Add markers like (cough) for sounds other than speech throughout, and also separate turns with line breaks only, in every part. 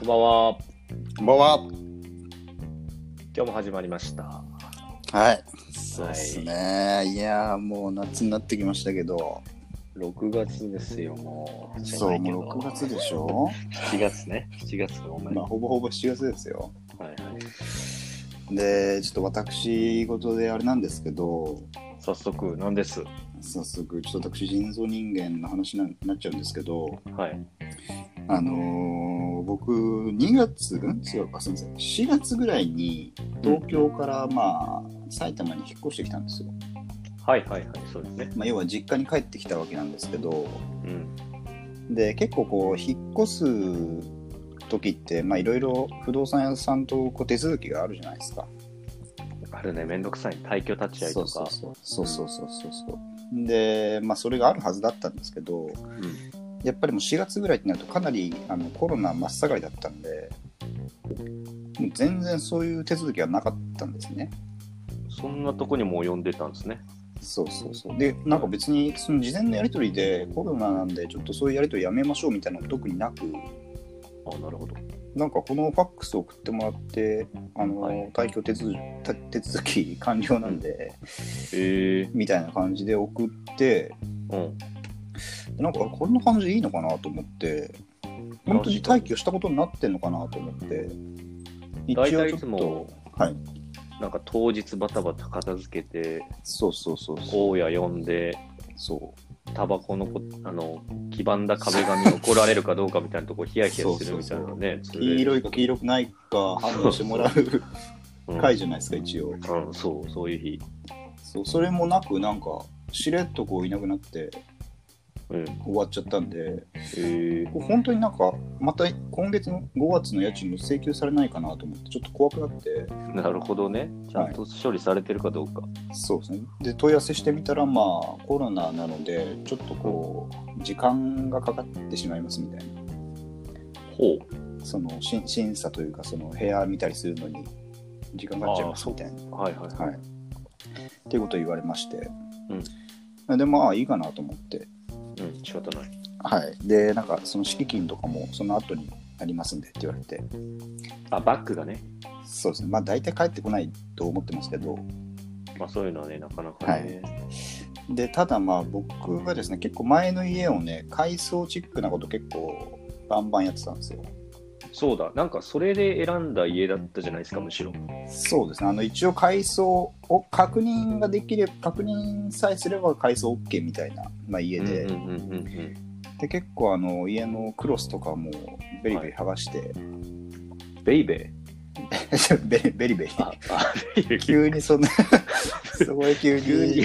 こんばんは。
こんばんは。
今日も始まりました。
はい。そうですね。いやー、もう夏になってきましたけど。
6月ですよ、もう。
そう、もう6月でしょ。
7月ね。7月お前。
まあ、ほぼほぼ7月ですよ。
はいはい。
で、ちょっと私事であれなんですけど、
早速、なんです。
早速、ちょっと私、人造人間の話になっちゃうんですけど、
はい。
あのー僕、2月、うん違うか、すみません。4月ぐらいに、東京から、まあ、埼玉に引っ越してきたんですよ。
はいはいはい、そうですね。
まあ、要は実家に帰ってきたわけなんですけど、
うん。
で結構こう引っ越す時ってまあいろいろ不動産屋さんとこう手続きがあるじゃないですか。
あるね、めんどくさい。退去立ち会いと
そう
か。
そうそうそうそうそうそうそう。でまあそれがあるはずだったんですけど
うん
やっぱりもう4月ぐらいになるとかなりあのコロナ真っ盛りだったんでもう全然そういう手続きがなかったんですね。
そんなとこにもう呼んでたんですね。
そうそうそうでなんか別にその事前のやり取りでコロナなんでちょっとそういうやり取りやめましょうみたいなのも特になく
あ、なるほど。
なんかこのファックス送ってもらって、あの、
はい
退去手続手手続き完了なんで、
ええ
みたいな感じで送って、
うん。
なんかこんな感じでいいのかなと思って、本当に退去したことになってんのかなと思って、一応
大
ち
体い
ょっ
つも
と、、はい、
なんか当日バタバタ片付けて、
そうそうそうそう、
大家呼んで、
そう
タバコのこあの黄ばんだ壁紙に怒られるかどうかみたいなとこヒヤヒヤするみたいなね。それ
黄色いか黄色くないか判断してもら
(laughs)
う
うん
回じゃないですか、一応。
うん、そう、そういう日。
そうそれもなく、なんか、しれっとこういなくなって
うん。
終わっちゃったんで、
え
これ本当になんかまた今月の5月の家賃も請求されないかなと思ってちょっと怖くなって
ー、なるほどね。ちゃんと処理されてるかどうか。
そうですねで問い合わせしてみたらまあコロナなのでちょっとこう時間がかかってしまいますみたいな
ほう。
そのし審査というかその部屋見たりするのに時間かかっちゃいますみたいな
はいはい。
はいっていうことを言われまして、でまあいいかなと思って
うん、仕方ない。
はいでなんかその敷金とかもその後になりますんでって言われて
あ、バッグがね。
そうですねまあ大体帰ってこないと思ってますけど
まあそういうのはね、なかなかね。
でただまあ僕がですね結構前の家をね改装チックなこと結構バンバンやってたんですよ
そうだ、なんかそれで選んだ家だったじゃないですか、むしろ。
そうですねあの一応改装を確認ができれば確認さえすれば改装 OK みたいな、まあ、家で,、
うんうんうんうん
で結構あの家のクロスとかもベリベリ剥がして、
うん。ベイベ
ベリベリベリ
ー。あ、あベイベー
急にそんなすごい急
急に
に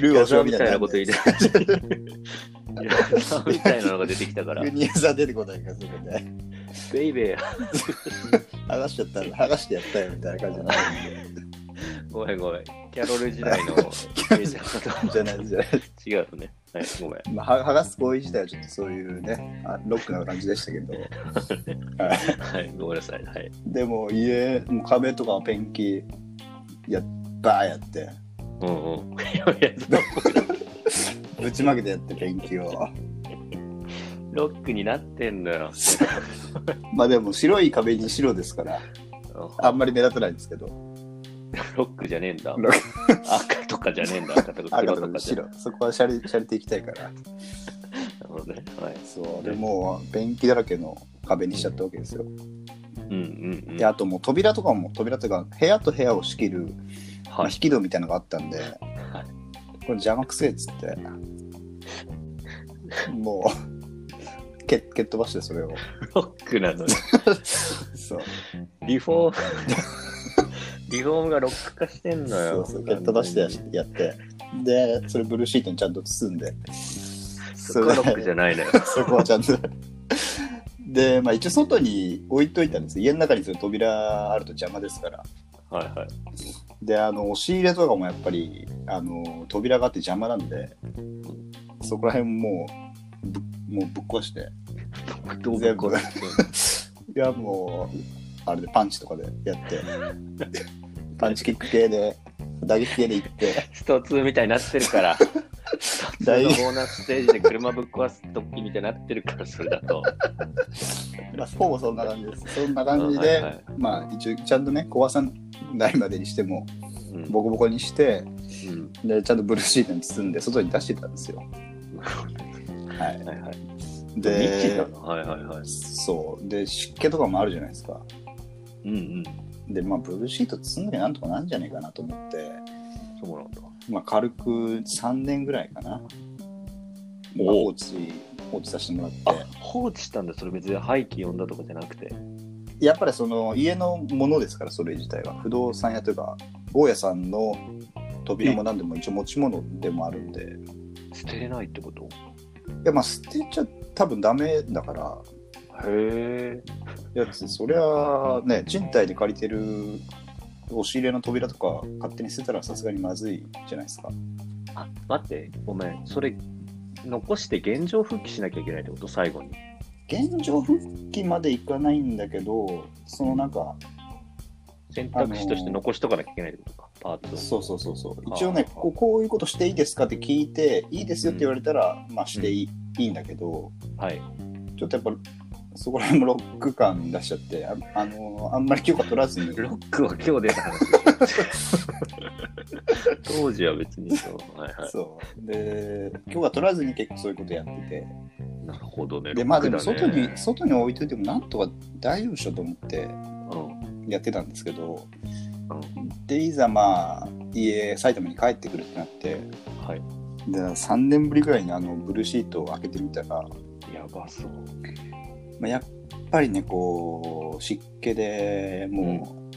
ルーをしよう
み
み
た
た
い
い
な
な
こと言い出した。いやみたいなのが出てきたから
急、に餌出てこないからそれで
ベイベー、
剥がしちゃった剥がしてやったよみたいな感じになるんで
ごめんごめん、キャロル時代のベイベー
じゃないじゃない
違うね。はい、ごめん。
まあ、は剥がす行為自体はちょっとそういうねあロックな感じでした
(laughs)
けどはい
はい、ごめんなさい。はい。
でも家もう壁とかペンキやっバーやって
うんうん。いやいや
ぶちまけてやってペン
(laughs)
キを
ロックになってんだよ。
まあでも白い壁に白ですからあんまり目立たないんですけど
ロックじゃねえんだ
ロ。
赤とかじゃねえんだ。赤とか黒
赤
と
と
かじゃね
白そこはシャリシャリていきたいから
えんだ。なるほどね。はい。
そうでもうペンキだらけの壁にしちゃったわけですよ
うんうんうん。
であともう扉とかも扉というか部屋と部屋を仕切る、まあ
は
引き戸みたいなのがあったんで
い。
これ邪魔くせえっつってもう蹴蹴っ飛ばしてそれを
ロックなのに。
そう
リフォーム、リフォームがロック化してんの
そ
よ。
うそう蹴っ飛ばしてやしやってでそれブルーシートにちゃんと包んで
そこはロックじゃないのよ。
そこはちゃんとでまあ一応外に置いといたんです家の中にそういう扉あると邪魔ですから
はいはい。
であの押し入れとかもやっぱりあの扉があって邪魔なんでそこら辺もうぶもうぶっ壊して
どう
全
こ
部いやもうあれでパンチとかでやってパンチキック系で打撃系で行
(laughs)
って、
スト2みたいになってるから、スト2のボーナスステージで車ぶっ壊す時みたいになってるから、それだと。
まあ、4もそんな感じです。そんな
あ
感じで、
はいはい
まあ、一応、ちゃんとね、壊さないまでにしても、
うん
ボコボコにして、
うん
で、ちゃんとブルーシートに包んで、外に出してたんですよ。はい。
はいはい。ミッチー
で
だ、なはいはいはい。
そう。で、湿気とかもあるじゃないですか。
うんうん。
で、まあ、ブルーシート包んでなんとかなんじゃねえかなと思って、
そうなんだ。
まあ、軽く3年ぐらいか
お
な。
う
まあ放置、放置させてもら
あ
って。、
放置したんだ、それ別に廃棄呼んだとかじゃなくて。
やっぱりその家のものですから、それ自体は。不動産屋というか、大家さんの扉も何でも一応持ち物でもあるんで、
捨てれないってこと
いやまあ捨てちゃ多分ダメだから、
へえ。
いや別にそりゃね、賃貸で借りてる押し入れの扉とか勝手に捨てたらさすがにまずいじゃないですか。
あ、待って、ごめん。それ、残して現状復帰しなきゃいけないってこと最後に。
現状復帰までいかないんだけど、そのなんか、
選択肢として残しとかなきゃいけないってことか、パーツを。
そうそうそうそう。
あ
一応ね、こうこういうことしていいですかって聞いて、いいですよって言われたら、まあしていい,、いいんだけど、
はい。
ちょっとやっぱそこら辺もロック感出しちゃってああのあんまり許可取らずに
ロックは今日出た話。
(laughs)
当時は別にそう。はいはい。
そうで許可取らずに結構そういうことやってて
なるほどね。
で
ロ
ま
ッ
あで
クだ
も
ね
外に、外に置いといてもなんとか大丈夫でしょと思ってやってたんですけど
うん、
でいざまあ家埼玉に帰ってくるってなって
うん。はい。
で3年ぶりぐらいにあのブルーシートを開けてみたら、ま
やばそう。
あ、やっぱりねこう湿気でもう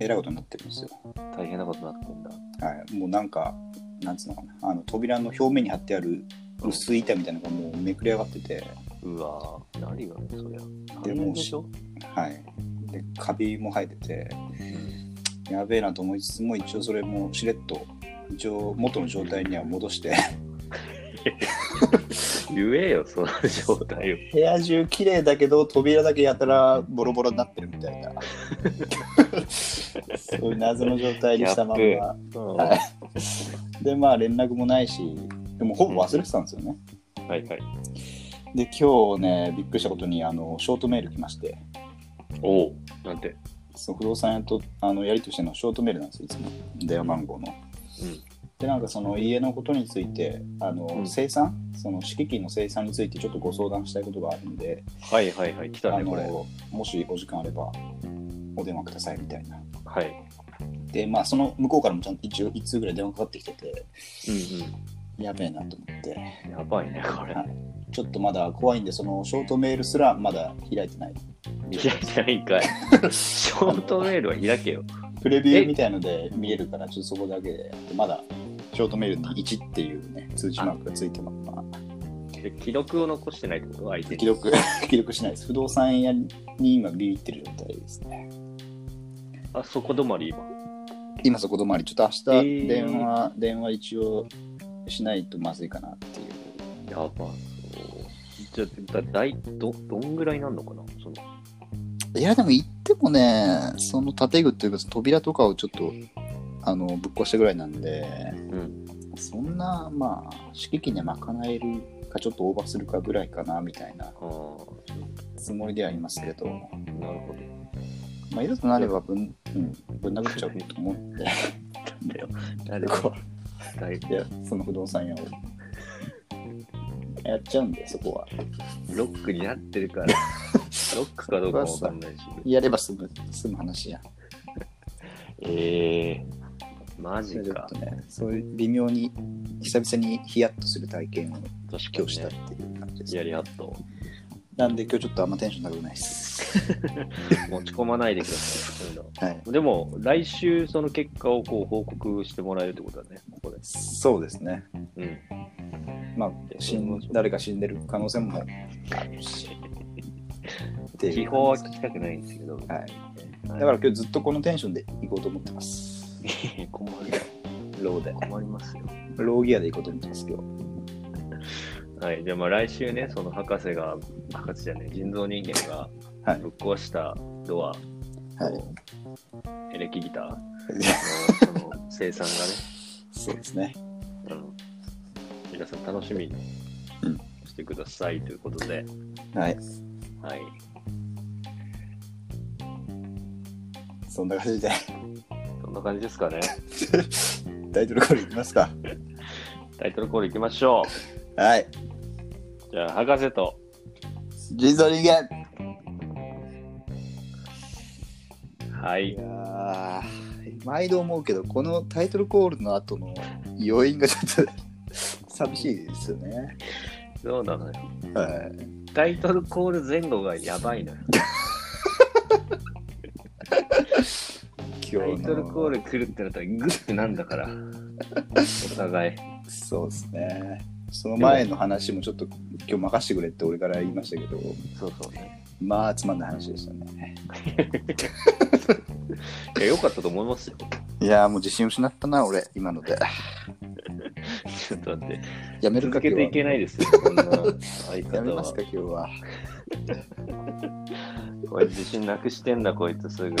えらいことになってるんですよ
大変なことになってんだ。
はい、もうなんか、なんつうのかな、あの扉の表面に貼ってある薄い板みたいなのがもうめくれ上がってて、
うわぁ、何がそりゃ。
で
大
も
変でしょ
はい。で、カビも生えてて、やべえなと思いつつも、一応それもしれっと、一応元の状態には戻して、
言えよ、その状態を。
部屋中綺麗だけど、扉だけやたらボロボロになってるみたいな、 (laughs) そういう謎の状態にしたまん
ギャ
ま。はで、まあ連絡もないし、でもほぼ忘れてたんですよね。
はいはい。
で、今日ね、びっくりしたことに、あの、ショートメール来まして、
おう、なんて。
そう不動産屋とあのやりとりしてるのはショートメールなんですよいつも電話番号の。
うん
でなんかその家のことについてあの、
うん
生産その敷金の生産についてちょっとご相談したいことがあるんで、
はいはいはい、来た
あ
ね、これ。
のもしお時間あればお電話くださいみたいな。
はい。
でまあその向こうからもちゃんと一応1通ぐらい電話かかってきてて
うん
やべえなと思って
うん。やばいね、こ
(laughs)
れ。
ちょっとまだ怖いんでそのショートメールすらまだ開いてない
開いてないんか
(laughs)
い。ショートメールは開けよ。
プレビューみたいので見えるからちょっとそこだけでやってまだショートメールに1っていうね通知マークがついてます、まあ
で記録を残してないってこと相手
記
に。
録記録しないです。不動産屋に今ビビってる状態ですね。
あ、そこ止まり今。
今そこ止まり、ちょっと
え
明日
ー
電話、電話一応しないとまずいかなっていう。
やばそう。じゃあ、だだいど、どんぐらいなんのかなその
いや、でも行ってもね、その建具っていうか扉とかをちょっとあのぶっ壊したぐらいなんで、
うん。
そんなまあ敷金で賄えるかちょっとオーバーするかぐらいかなみたいな
ああ、
つもりではありますけれど、
なるほど。
まあいざとなればぶん、うん、ぶん殴っちゃおうと思って。
だよ。なる
こう
だい
でその不動産屋をやっちゃうんでそこは
ロックになってる
(laughs)
から。ロックかどうかもわかんないし。
やれば済む済む話や
ええマジ
ちょ
か
っ。とねそういう微妙に久々にヒヤッとする体験を
確か
今
に、
日したっ
ね。
ていう感じです、
やりやっと。
なんで今日ちょっとあんまテンション高くないです
持ち込まないでください。そういうの
はい
でも、来週、その結果をこう報告してもらえるってことだね、ここで。
そうですね
うん。
まあ死ん誰か死んでる可能性もあるしっていう
基本は聞きたくないんですけど。
はい
だ
だから、今日ずっとこのテンションで行こうと思ってます
困
ローで
る。困りますよ。
ローギアで行こうと思ってます今日
はい。じゃあ、まあ来週ね、その博士が、博士じゃねえ、人造人間が
はい
ぶっ壊したドア、
はい (laughs)
エレキギターの、その生産
そうですね。
がね、うん、皆さん楽しみに
うん
してくださいということで、
はい。
はい、
そんな感じで、
そんな感じですかね。
タイトルコールいきますか。
タイトルコールいきましょ
はい。
う。じゃあ、博士と、
ジーゾリンゲン
はいい、
やー毎度思うけど、このタイトルコールの後の余韻がちょっと寂しいですよね。
そうなのよ。
はい。
タイトルコール前後がやばいのよ。
今
タ
日の
イトルコール来るってなったら、グッてなんだから、お互い。
そうですね。その前の話もちょっと今日任せてくれって俺から言いましたけど、
そうそうね。
まあつまんない話でしたね。
いや、良かったと思いますよ。
いやーもう自信失ったな、俺、今ので。
ちょっと待って。
やめる
続
か
け
今
てい
日
け
は。
ないですよ、こんな相
や
方
めま
は
す。か今日は。
こいつ自信なくしてんだ、こいつすぐ。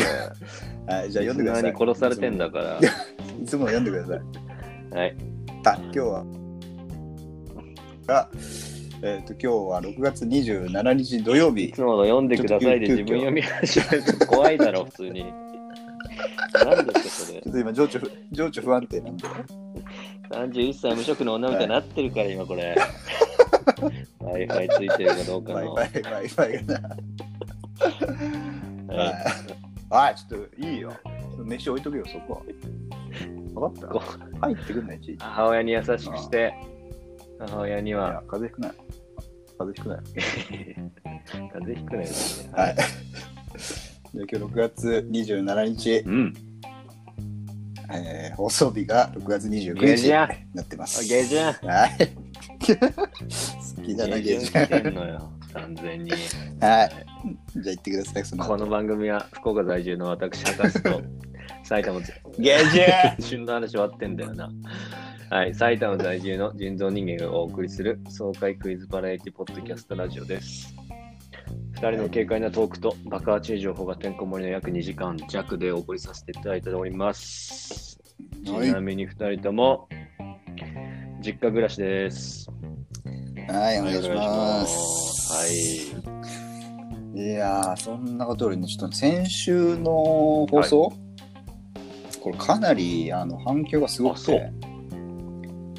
はい、じゃあ読ん
リス
でください。
ナーに殺されてんだから。
いつも読んでください。
はい。
あ今日はが、えっと今日は6月27日土曜
い
日
つもの読んでくださいで
ちょっ
自
と
分読み始めると怖いだろ、普通に。何ですか、それ
ちょ。っと今情緒不情緒不安定なんで
31歳無職の女みたいになってるから、今これ。Wi-Fi ついてるかどうか
バイ
の。
バ
はい
イバイバイがなはいはいちょっといいよ飯置いとくよそこは分か
こ
った入ってくんないちいちい
母親に優しくして、母親には
や風邪ひくない風邪ひくない
風邪ひくないですね。
はい。じゃあ今日6月27日、
うん。
えー放送日が6月29
下
日
旬
になってます。
下旬
はい。好きだな、ゲージ。
来てんのよ、完全に。
はい。じゃあ行ってください、その。
この番組は福岡在住の私、博士と埼玉在
ゲージ
一瞬の話終わってんだよな。はい、埼玉在住の人造人間がお送りする爽快クイズバラエティポッドキャストラジオです。2人の軽快なトークと爆発中情報がてんこ盛りの約2時間弱でお送りさせていただいております。ち
はい
なみに2人とも実家暮らしです。
はい、お願いしま
は
す。
い。
い。やー、そんなことよりね、ちょっと先週の放送、これかなりあの反響がすごくて。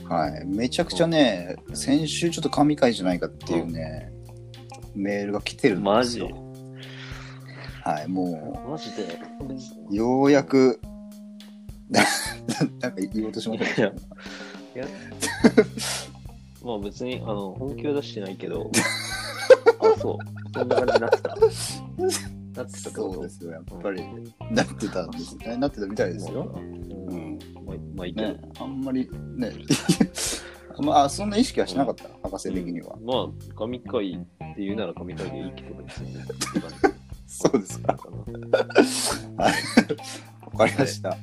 はい、めちゃくちゃね、先週ちょっと神回じゃないかっていうね、メールが来てるん
マ
です
ジ
よ。はい、も
マジで
う、ようやく、 (laughs) ななんか言おうとしました
いやまあ別にあの本気は出してないけど、あ、そう、そんな感じになってた。なってたってこ
そう
と
ですよ、やっぱり。なってたんですね。なってたみたいですよ。
うん
うん。
まあ、まあ、いいけど、
ね、あんまりね、 (laughs) まあ、そんな意識はしなかった、博士的には。
まあ、神回って言うなら神回でいいけどですよね。
そうです
(laughs)
か。わかりました。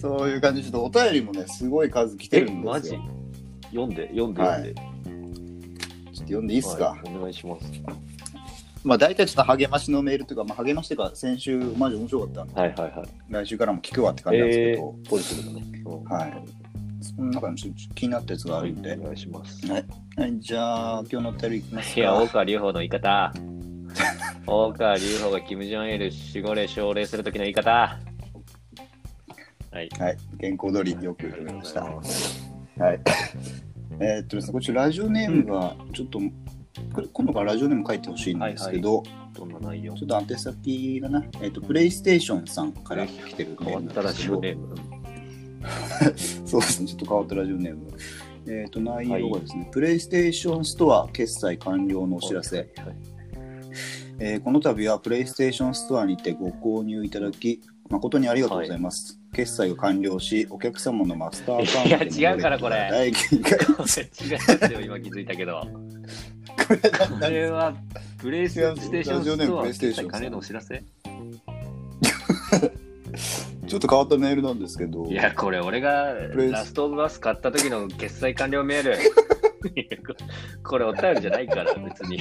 そういう感じで、ちょっとお便りもね、すごい数来て
え、
るん
マ
です
ジ
よ。
読んで、読んで、読んで。
ちょっと読んでい
い
いですか。
お願いします。
まあ、大体ちょっと励ましのメールというか、まあ、励ましというか、先週、マジ面白かったんで、
はいはいはい。
来週からも聞くわって感じなんですけど、
ポジティブだね。
はい。その中にちょっと気になったやつがあるんで
お、願いします。
はい、じゃあ、今日のお便りいきますか。
いや、大川隆法の言い方。大川隆法がキム・ジョンイル守護霊奨励するときの言い方。はい。
はい、健康通りよ
あ
くい
り
ただ
がとうご
きまし
ざ
た。
いま
はい。
す。
えーっとですね、こっちラジオネームがちょっと、これ今度からラジオネーム書いてほしいんですけど、
どんな内容
ちょっと宛先がな、えーっと、プレイステーションさんから来てるメ
変わ
ー
っ
ル
た
な
ら
んです
し
け
い
ど
ネーム。
(laughs) そうですね、ちょっと変わったラジオネーム。えーっと、内容がですね、プレイステーションストア決済完了のお知らせ。
はい。
えーこの度はプレイステーションストアにてご購入いただき誠にありがとうございます、決済が完了しお客様のマスターアカウントに
いや違うからこれ
代金が
これ違うんですよ、今気づいたけど。
これな
こ
な
(laughs) れは、プレイステーションストア、
ラジオネームプレイステーションさん
金のお知らせ
ちょっと変わったメールなんですけど
いや、これ俺が
プレイス
ラストオブアス買った時の決済完了メー
(laughs)
ル。いやここれお便りじゃないから、別に。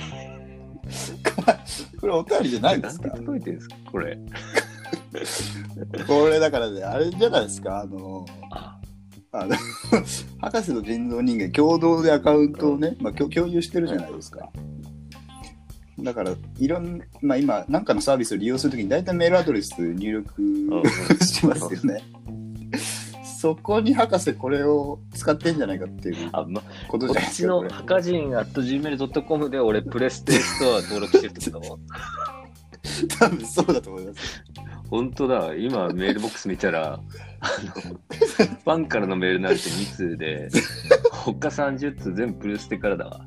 これお便りじゃないんで
な
す
んて
か
届いてるんですか、これ。
これだからね、あれじゃないですか、あの、
あ
あの (laughs) 博士と人造人間共同でアカウントをね、まあ、きょ共有してるじゃないですか。だから、いろんまあ、今、なんかのサービスを利用するときに、大体メールアドレス入
うん
力 (laughs) しますよね。そこに博士、これを使ってんじゃないかっていう
あま、
ことじ
こ
ゃないで
っち
すか。こ
の
れ
ハカジン at gmail.com で俺プレステストア登録してるってこと
多分そうだと思います。
(laughs) 本当だ、今メールボックス見たら、あのファンからのメールなんて2通で、他30通全部プレステからだわ。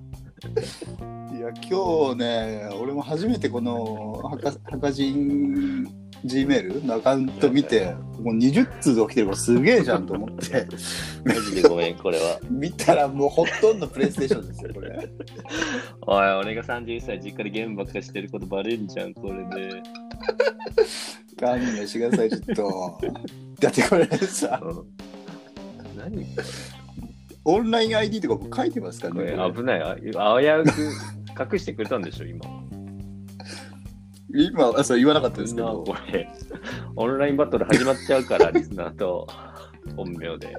いや、今日ね、俺も初めてこの博博人 G メールのアカウント見て、もう20通で起きてるからすげえじゃんと思って、
マジでごめん、これは。
見たらもうほとんどプレイステーションですよ、これ。
おい、俺が31歳、実家でゲームばっかしてることバレんじゃん、これで。
勘弁してください、ちょっと。 (laughs) だってこれさ、
うん何
オンライン ID とかも書いてますから
これ
ね。
危ないあ危うく隠してくれたんでしょ今
今はそう言わなかったですけ
な
ど、
これオンラインバトル始まっちゃうからリスナーと本名で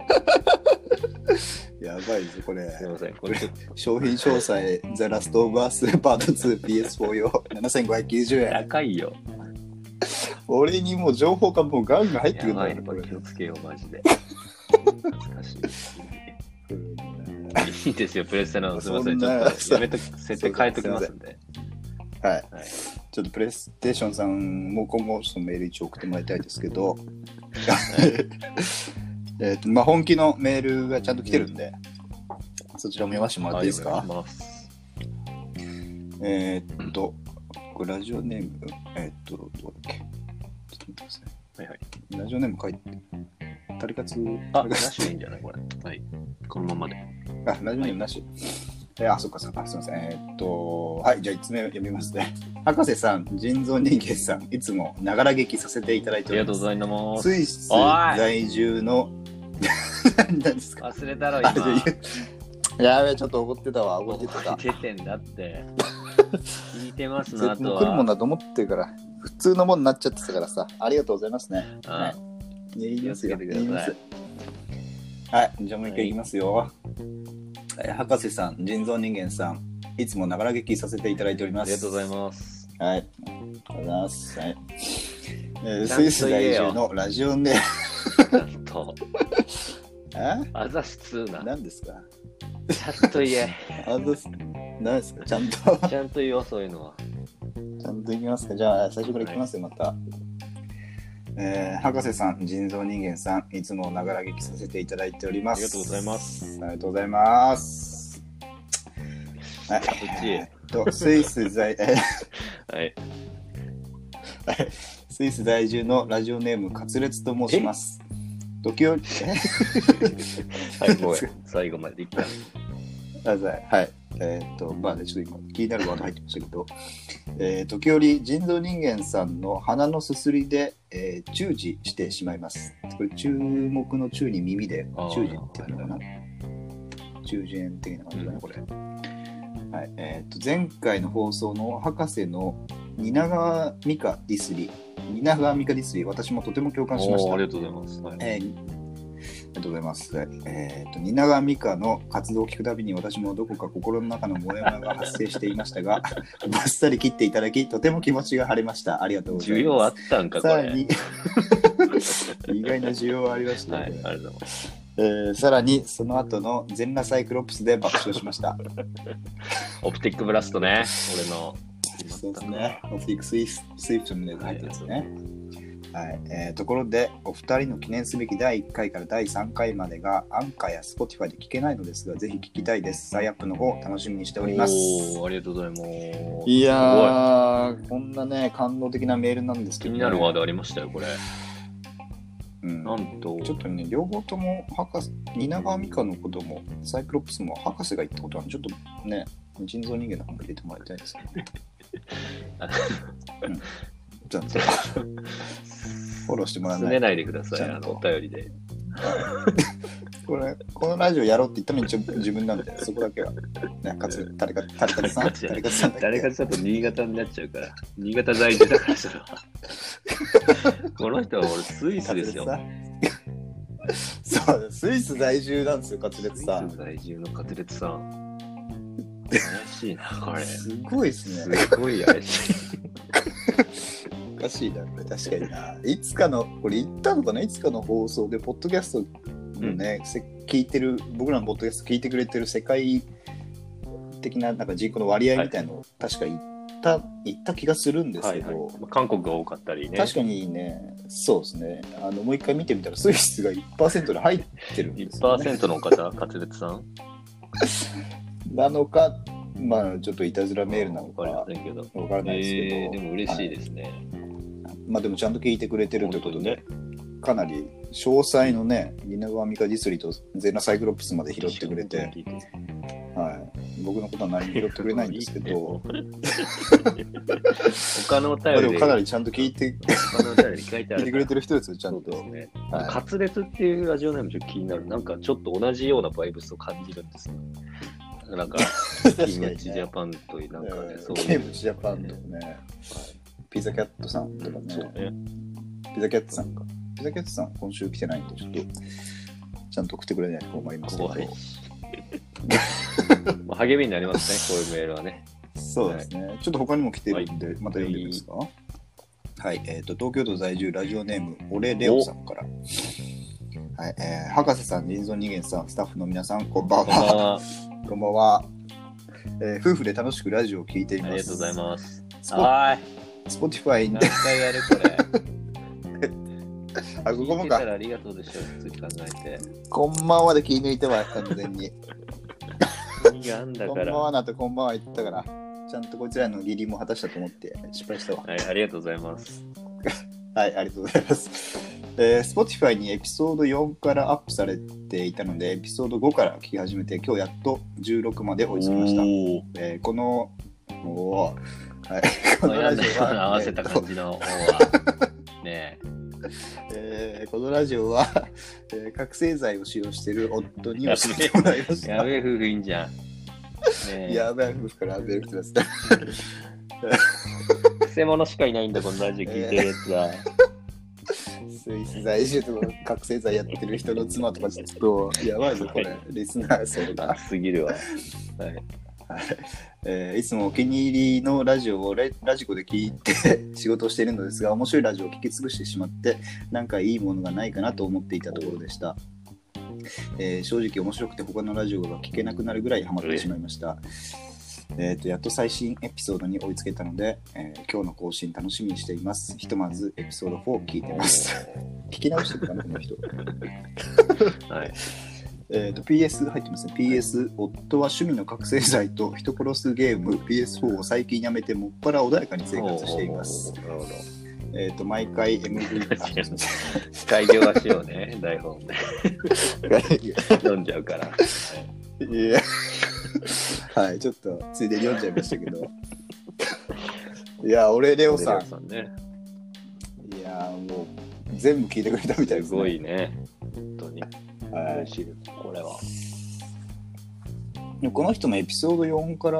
やばいぞ、これ。
すいませんこれちょっ
商品詳細、ザ・ラスト・オブ・アスパート 2PS4 用7590
と
円。
高いよ
俺にもう情報がもうガンガン入ってく
や
るんだ
ばい
よ
ね
ね、
こ
こ
れ
れ
気。をつけようマジで懐かしいいいですよプレステなのすいませんち
そん
ょ
な
っとやめと設定変えときますんで
はい、
はい
ちょっとプレイステーションさんも今後ちょっとメール一応送ってもらいたいですけど、 (laughs) えっとまあ、本気のメールがちゃんと来てるんで、そちらも読ませてもらっていいですか、
はいお願いします
えーっと、これラジオネーム、えーっと、どうだっけちょっと待ってくださ
はいはい
い。ラジオネーム書いて、タリカツ、
あ
タリ
な
カツ
しでいいんじゃないこれはいこのままで
あ、ラジオネームなし。えーあ、そっかそっか、すみません。えーっと、はい、じゃあ1つ目読みますね。 (laughs) 博士さん、人造人間さん、いつもながら劇させていただい
あ
てお
り
り
がと
ま
う
す
ご。ざいます
スイス
おい
在住の、 (laughs) 何ですか
忘れたろ
あ、じゃあ
今
言うやべえ、ちょっと怒ってたわ、怒っ
(laughs)
てた。
出てんだって。聞いてます
(laughs) 絶
な、あ
対
と
もう
は。
来るもんだと思ってるから、普通のもんになっちゃってたからさ、ありがとうございますね。
あ
いいですよ。
気をつけてください
いいですはい、じゃあもう一回いきますよ。はい博士さん、人造人間さん、いつもながら劇させていただいており
あ
ます。
りがとうございます。
はい。ありがとうございます。はい。えー
ちゃんと言えよ
スイス在住のラジオネーム
ちゃんと、
え
あざしつーな。
何ですか
ちゃんと言え。
あどうす何ですかちゃんと。 (laughs)
ちゃんと言おう、そういうのは。
ちゃんといきますか。じゃあ、最初からいきますよ、また。えー博士さん、人造人間さん、いつもながら劇させていただいております。
ありがとうございます。
ありがとうございます。はい
こっち
えーっと、スイス在、えー
はい。
スイス在住のラジオネーム、カツレツと申します。時折、え
はい、ごめん。最後までいった。
あはいはい。えーっと、まあね、ちょっと今、気になるワード入ってましたけど、えー時折、人造人間さんの鼻のすすりで、えー注視してしまいます。これ、注目の注に耳で
あ、ー
注視っていうのかな。中耳炎的な感じだね、これ。はい。えーっと、前回の放送の博士の蜷川美香ディスリ、蜷川美香ディスリ、私もとても共感しまし
おー
た
あ。りがとうございます。はい
えーありがとうございます。えっと、蜷川美香の活動を聞くたびに私もどこか心の中のモヤモヤが発生していまし
(laughs)
たが、バッサリ切っていただき、とても気持ちが晴れました。ありがとうございます。
需要あったんか、こ
さ
れ。は
ら
い、
に、 (laughs) 意外な需要はありました
あ
ね、
りがとうございます。
えーさらに、その後の全裸サイクロプスで爆笑しました。
オプティックブラストね、俺の。
そうですね。オフィックスイススイプトムで入ってますね。はい、えーところで、お二人の記念すべき第1回から第3回までが、アンカーや Spotify で聞けないのですが、ぜひ聞きたいです。再アップの方、楽しみにしております。
おー、ありがとうございます。
い
す
やー、こんなね、感動的なメールなんです
ごい。気
けど、
になるワードありましたよ、これ。
うん
なんと、
ちょっとね、両方とも博士、蜷川美香のことも、サイクロプスも博士が言ったことは、ちょっとね、人造人間の方に入れてもらいたいですね。うん、ちゃんと、フォローしてもらわ
詰
ない
めないでください、
ちゃ
あ
んと
の、お便りで。
これ、このラジオやろうって言ったのに一応自分なんで、そこだけは。ね、かつ、誰か、誰かさん、誰かさんだっけ
誰かちょっと新潟になっちゃうから、新潟在住だから、それ
(laughs)
は。この人は俺、スイスですよ。
(laughs) そうスイス在住なんですよ、カツレツ
スイ
さん
ス。在住のカツレツさん。怪しいな、これ。す
すごいですね。
ごい怪しい。
おかしいな、確かにな。いつかの、これ言ったのかな、いつかの放送で、ポッドキャストのね、せ聞いてる、僕らのポッドキャスト聞いてくれてる世界的な、なんか人口の割合みたいのを、確か言った、言った気がするんです
(laughs) は
け
い
ど、
はいまあ韓国が多かったりね。
確かにね、そうですね。あのもう一回見てみたら、スイスが1%で入ってるんですよ、ね。
1%の方、カツレツさん。
なのか、まあ、ちょっといたずらメールなのか、
わ
わ
かりませんけど。
からないですけど、
えーでも嬉しいですね。
まあ、でもちゃんと聞いてくれてるということで、
本
かなり詳細のね、イナガミカディスリとゼナサイクロプスまで拾ってくれて、
聞いて
はい、僕のことは何も拾ってくれないんですけど、
(laughs) 他のお便り
まあ、でも
で、
かなりちゃんと聞いて
他のお便りに書いてあ
聞いてくれ
る
てる人ですよ、ちゃんと。
そうですね。
は
カツレツっていうラジオネームちょっと気になる。なんかちょっと同じようなバイブスを感じるんですよ。なんか、
い、
キムチジャパンという、なんかね、そう
ゲ
い
ー
う。
ムジャパンとかね、ピザキャットさんとかね、
そうね。
ピザキャットさんか。ピザキャットさん、今週来てないんで、ちょっと、ちゃんと送ってくれないと困りますけど
怖。い。まあ励みになり
(laughs)
ますね、こういうメールはね。
そうですね。ちょっと他にも来てるんで、また読んでみますか。はい、えっ、と、東京都在住ラジオネーム、オレレオさんから。はい、えー博士さん、人造人間さん、スタッフの皆さん、こんばん
こんばん
は。
は。
こんばんは。えー夫婦で楽しくラジオを聞いてい
あ
ます。
りがとうございます。
す
はーい。
スポティファイ
何
で、
回やるこれ。
あ、ここ
聞
も
いてた
か。
らありがとうでしょ、普通に考えて。
こんばんはで切り抜いては完全 (laughs) に。
意味があんだ
こん
か
ばん
ら。
は
(laughs) は
なとこんばんは言ったから、ちゃんとこちらへの義理も果たしたと思って失敗したわ。
い、ありがとうございます。
はい、ありがとうございます。えー、Spotify にエピソード4からアップされていたので、エピソード5から聞き始めて、今日やっと16まで追いつきました。
お
えーこの、おーはい、
ー
この
な
ラ
ん
ジ
だ
オ
よ
は、
合わせた
えー
感じの方
(laughs)
は。ね
えーこのラジオは、えー覚醒剤を使用している夫に教えてもらいまし
え。
た。
やべえ、夫婦いいんじゃん。ねえ。
やべえ、夫婦からメール来てます (laughs) ね。
くせ者しかいないんだ、このラジオ聞いてるやつは。
スイス在住とか覚醒剤やってる人の妻とかちょっとやばいぞ、これ。リスナーそうだ
あ、。すぎるわ。はい。
えーいつもお気に入りのラジオをレラジコで聞いて仕事をしているのですが面白いラジオを聞き尽くしてしまってなんかいいものがないかなと思っていたところでした、えー正直面白くて他のラジオが聞けなくなるぐらいハマってしまいましたえー、とやっと最新エピソードに追いつけたので、えー今日の更新楽しみにしていますひとまずエピソード4を聞いてます (laughs) 聞き直してるかなこの人
はい。
えー、と PS 入ってますね PS 夫は趣味の覚醒剤と人殺すゲーム PS4 を最近やめてもっぱら穏やかに生活しています。
なるほど。
えっ、と毎回
(laughs)
MV あ
違う改行はしようね、台本。飲んじゃうから。はい
いや (laughs) はいちょっとついでに読んじゃいましたけど (laughs) いや俺レオさ
レオさんね。
んいやもう全部聞いてくれたみたいですす、ね、
ごいね。本当に。
は
嬉しいです、これは。
い、でこの人もエピソード4から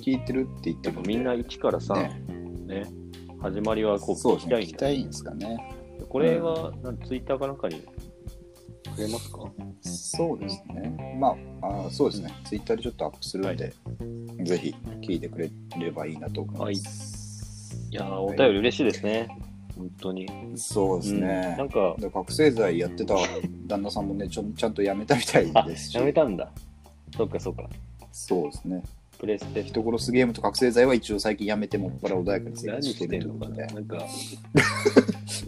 聞いてるって言っ
で
てる
も
んで
みんな1から3
ね
ね始まりはこう
そう
聞
で
き
すね
たいん
聞
だ、
きたいんですかね
これはなんツイッターかなんかにくれますか
そうですね。まあ、あそうですね。ツイッターでちょっとアップするので、ぜひ聞いてくれればいいなと思います。
いやーお便り嬉しいですね、本当に、
そうです
うん
ね
な。んか
で覚醒剤やってた旦那さんもねちょ、ちゃんとやめたみたい
あ
ですし、
やめたんだそっかそっか
そうですね。
プレステ
人殺すゲームと覚醒剤は一応最近やめてもっぱら穏やかに生
何
活し
してて
る
ん
という
のか
こと
な
で、
なんか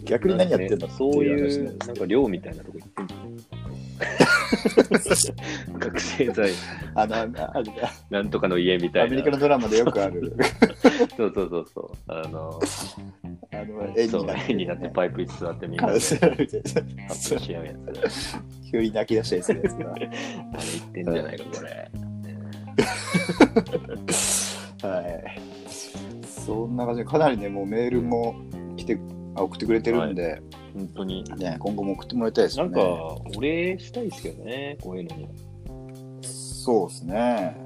逆に何やってんだ
ね
って
そう
話
い
なん
う
です
なん
け
か寮みたいなとこ行ってんの覚醒剤
どあのあのあの
なんとかの家みた
ア
い
メ
な
リカのドラマでよくある、
そうそうそうそうあの
あの絵
そう
になって
絵になってパイプに座ってみんなで
覚
発
醒剤みた (laughs)
表し
いな
合うやつ
急に泣き出したりするやつが。
あれ言ってんじゃないかこれ
はい。そんな感じで、かなりね、もうメールも来て、あ送ってくれてるんで、
本当に。
ね、今後も送ってもらいたいです
な
よ
んか
ね。、
お礼したいですけどね、こういうのに。
そうですね。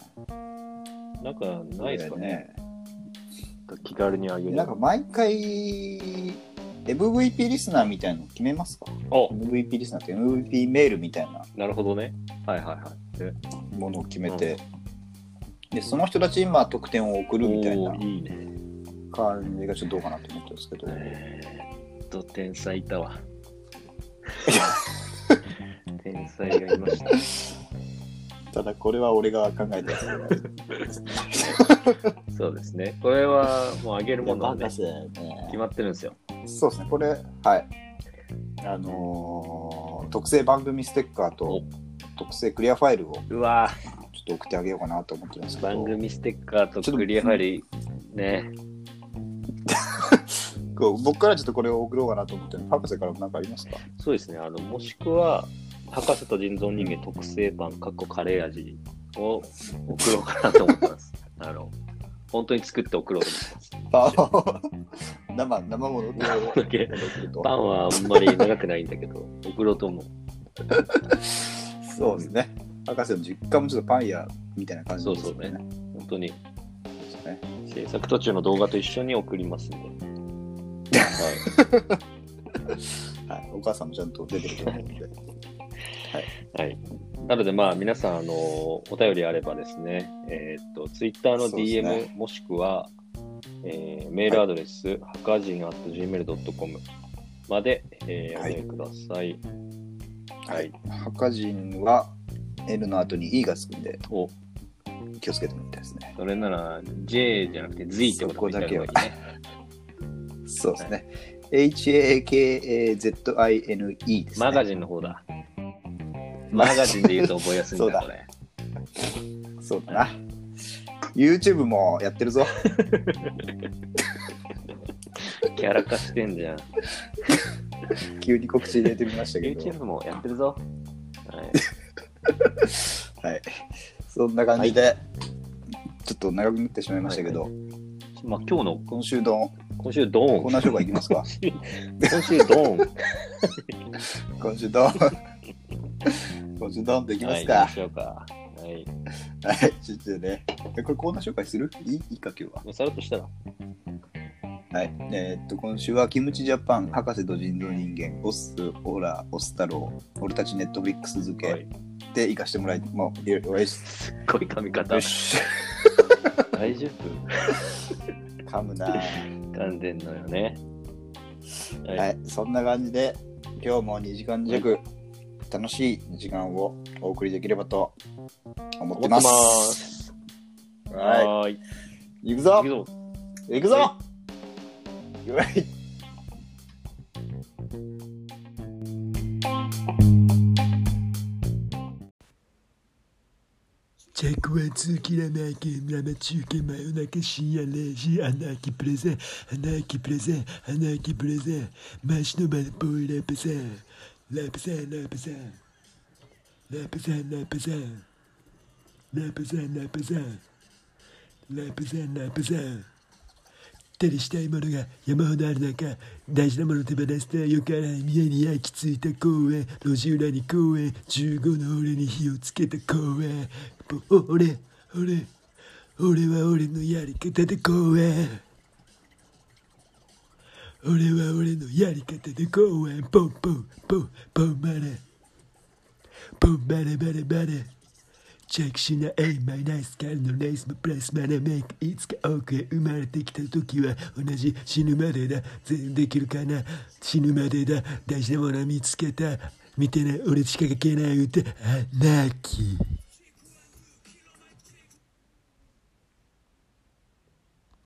なんか、ないですかね。
ね
気軽にあげる。
なんか毎回、MVP リスナーみたいなの決めますか
お
?MVP リスナーって MVP メールみたいな
なるほどね。はいはいはい。え
ものを決めて、で、その人たちにまあ得点を送るみたい
お
な
ーいいね。
感じがちょっとどうかなと思ってるんですけど。
えーっと、天才いた (laughs) わ。天才がいました。
ただこれは俺が考えたやつ
(laughs) そうですね。これは、もうあげるものはね、
だよね
決まってるんですよ。
そうですね、これ、はい。あのー特製番組ステッカーと特製クリアファイルをちょ
うわ
っと送ってあげようかなと思ってるんです
ー
けど、
番組ステッカーとクリアファイル、ね。
こう僕からちょっとこれを送ろうかなと思ってる博士からも何かありますか
そうですね。あの、もしくは、博士と人造人間特製パン、かっこカレー味を送ろうかなと思って (laughs) ます。あの、本当に作って送ろうと思ってます。
あ (laughs) 生生もの生
物 (laughs) 系パンはあんまり長くないんだけど、送ろうと思う。
そうですね。博士の実家もちょっとパン屋みたいな感じですよ
そうそう本当に
そうですね。
制作途中の動画と一緒に送りますんで。
(laughs)
は
はい。お母さんもちゃんと出てると思うんで。
い。はい、なので、まあ、皆さん、あの、お便りあればですね、えーっと、Twitter の
そうです
DM、
ね
もしくは、えーメールアドレス、はかじん .gmail.com まで、えーお
はい
願いください。
はい。博人は N の後に E がつくんで、
お、
気をつけてもらいたいですね。
それなら、J じゃなくて Z ってこと言った方がいいね。
そうですね。HAKAZINE です、ね。
マガジンの方だ。マガジンで言うと覚えやすいん
そう
だ、
だ
これ。
そうだな。YouTube もやって
(laughs)
るぞ。
キャラ化してんじゃん。
急に告知入れてみましたけど。
YouTube もやってるぞ。
(laughs)
はい。
はい。そんな感じで、ちょっと長くなってしまいましたけど、
まあ、今日の
今週の
今週ド
コー
ーン。
ナー紹介いきますか。
今週ド
(laughs)
ーン。
今週ドン。 (laughs) 今週ドンといきますか。
はい、行
は
きましょうか。はい。
い。ちょっとね。えこれコーナー紹介するいいいいか今日は。
もうさらっとしたら。
はい。えーっと、今週は、キムチジャパン、博士と人造人間、オス、オラ、オス太郎、俺たちネットフリックス付
は
け
い。
で行かしてもらい、もう、よよし。
すっごい髪型
よ。し。
大丈夫
噛む (laughs) な。は
噛んでんのよね。はい。
い。そんな感じで、今日も2時間弱、楽しい時間をお送りできればと思っ
思っててま
ます。
す。
は
はーい。
い。行く
行
ぞ
くぞ。
行くぞ、
は
よい
着圧きらめき生中継真夜中深夜0時アナーキプレゼンアナーキプレゼンアナーキプレゼンマシのマルボーイラペゼンラペゼンラペゼンラペゼンラペゼンラペゼンラペゼンラペゼンラペゼン手にしたいものが山ほどある中大事なものを手放してよから見えに焼き付いた公園路地裏に公園15の俺に火をつけた公園ぼ俺俺俺は俺のやり方で公園俺は俺のやり方で公園ポンポンポンポンマレポンマレマレマレチェックしないマイナイスカルのレースもプラスマネメイクいつか奥へ生まれてきた時は同じ死ぬまでだ全できるかな死ぬまでだ大事なものは見つけた見てない俺しか書けない歌あなき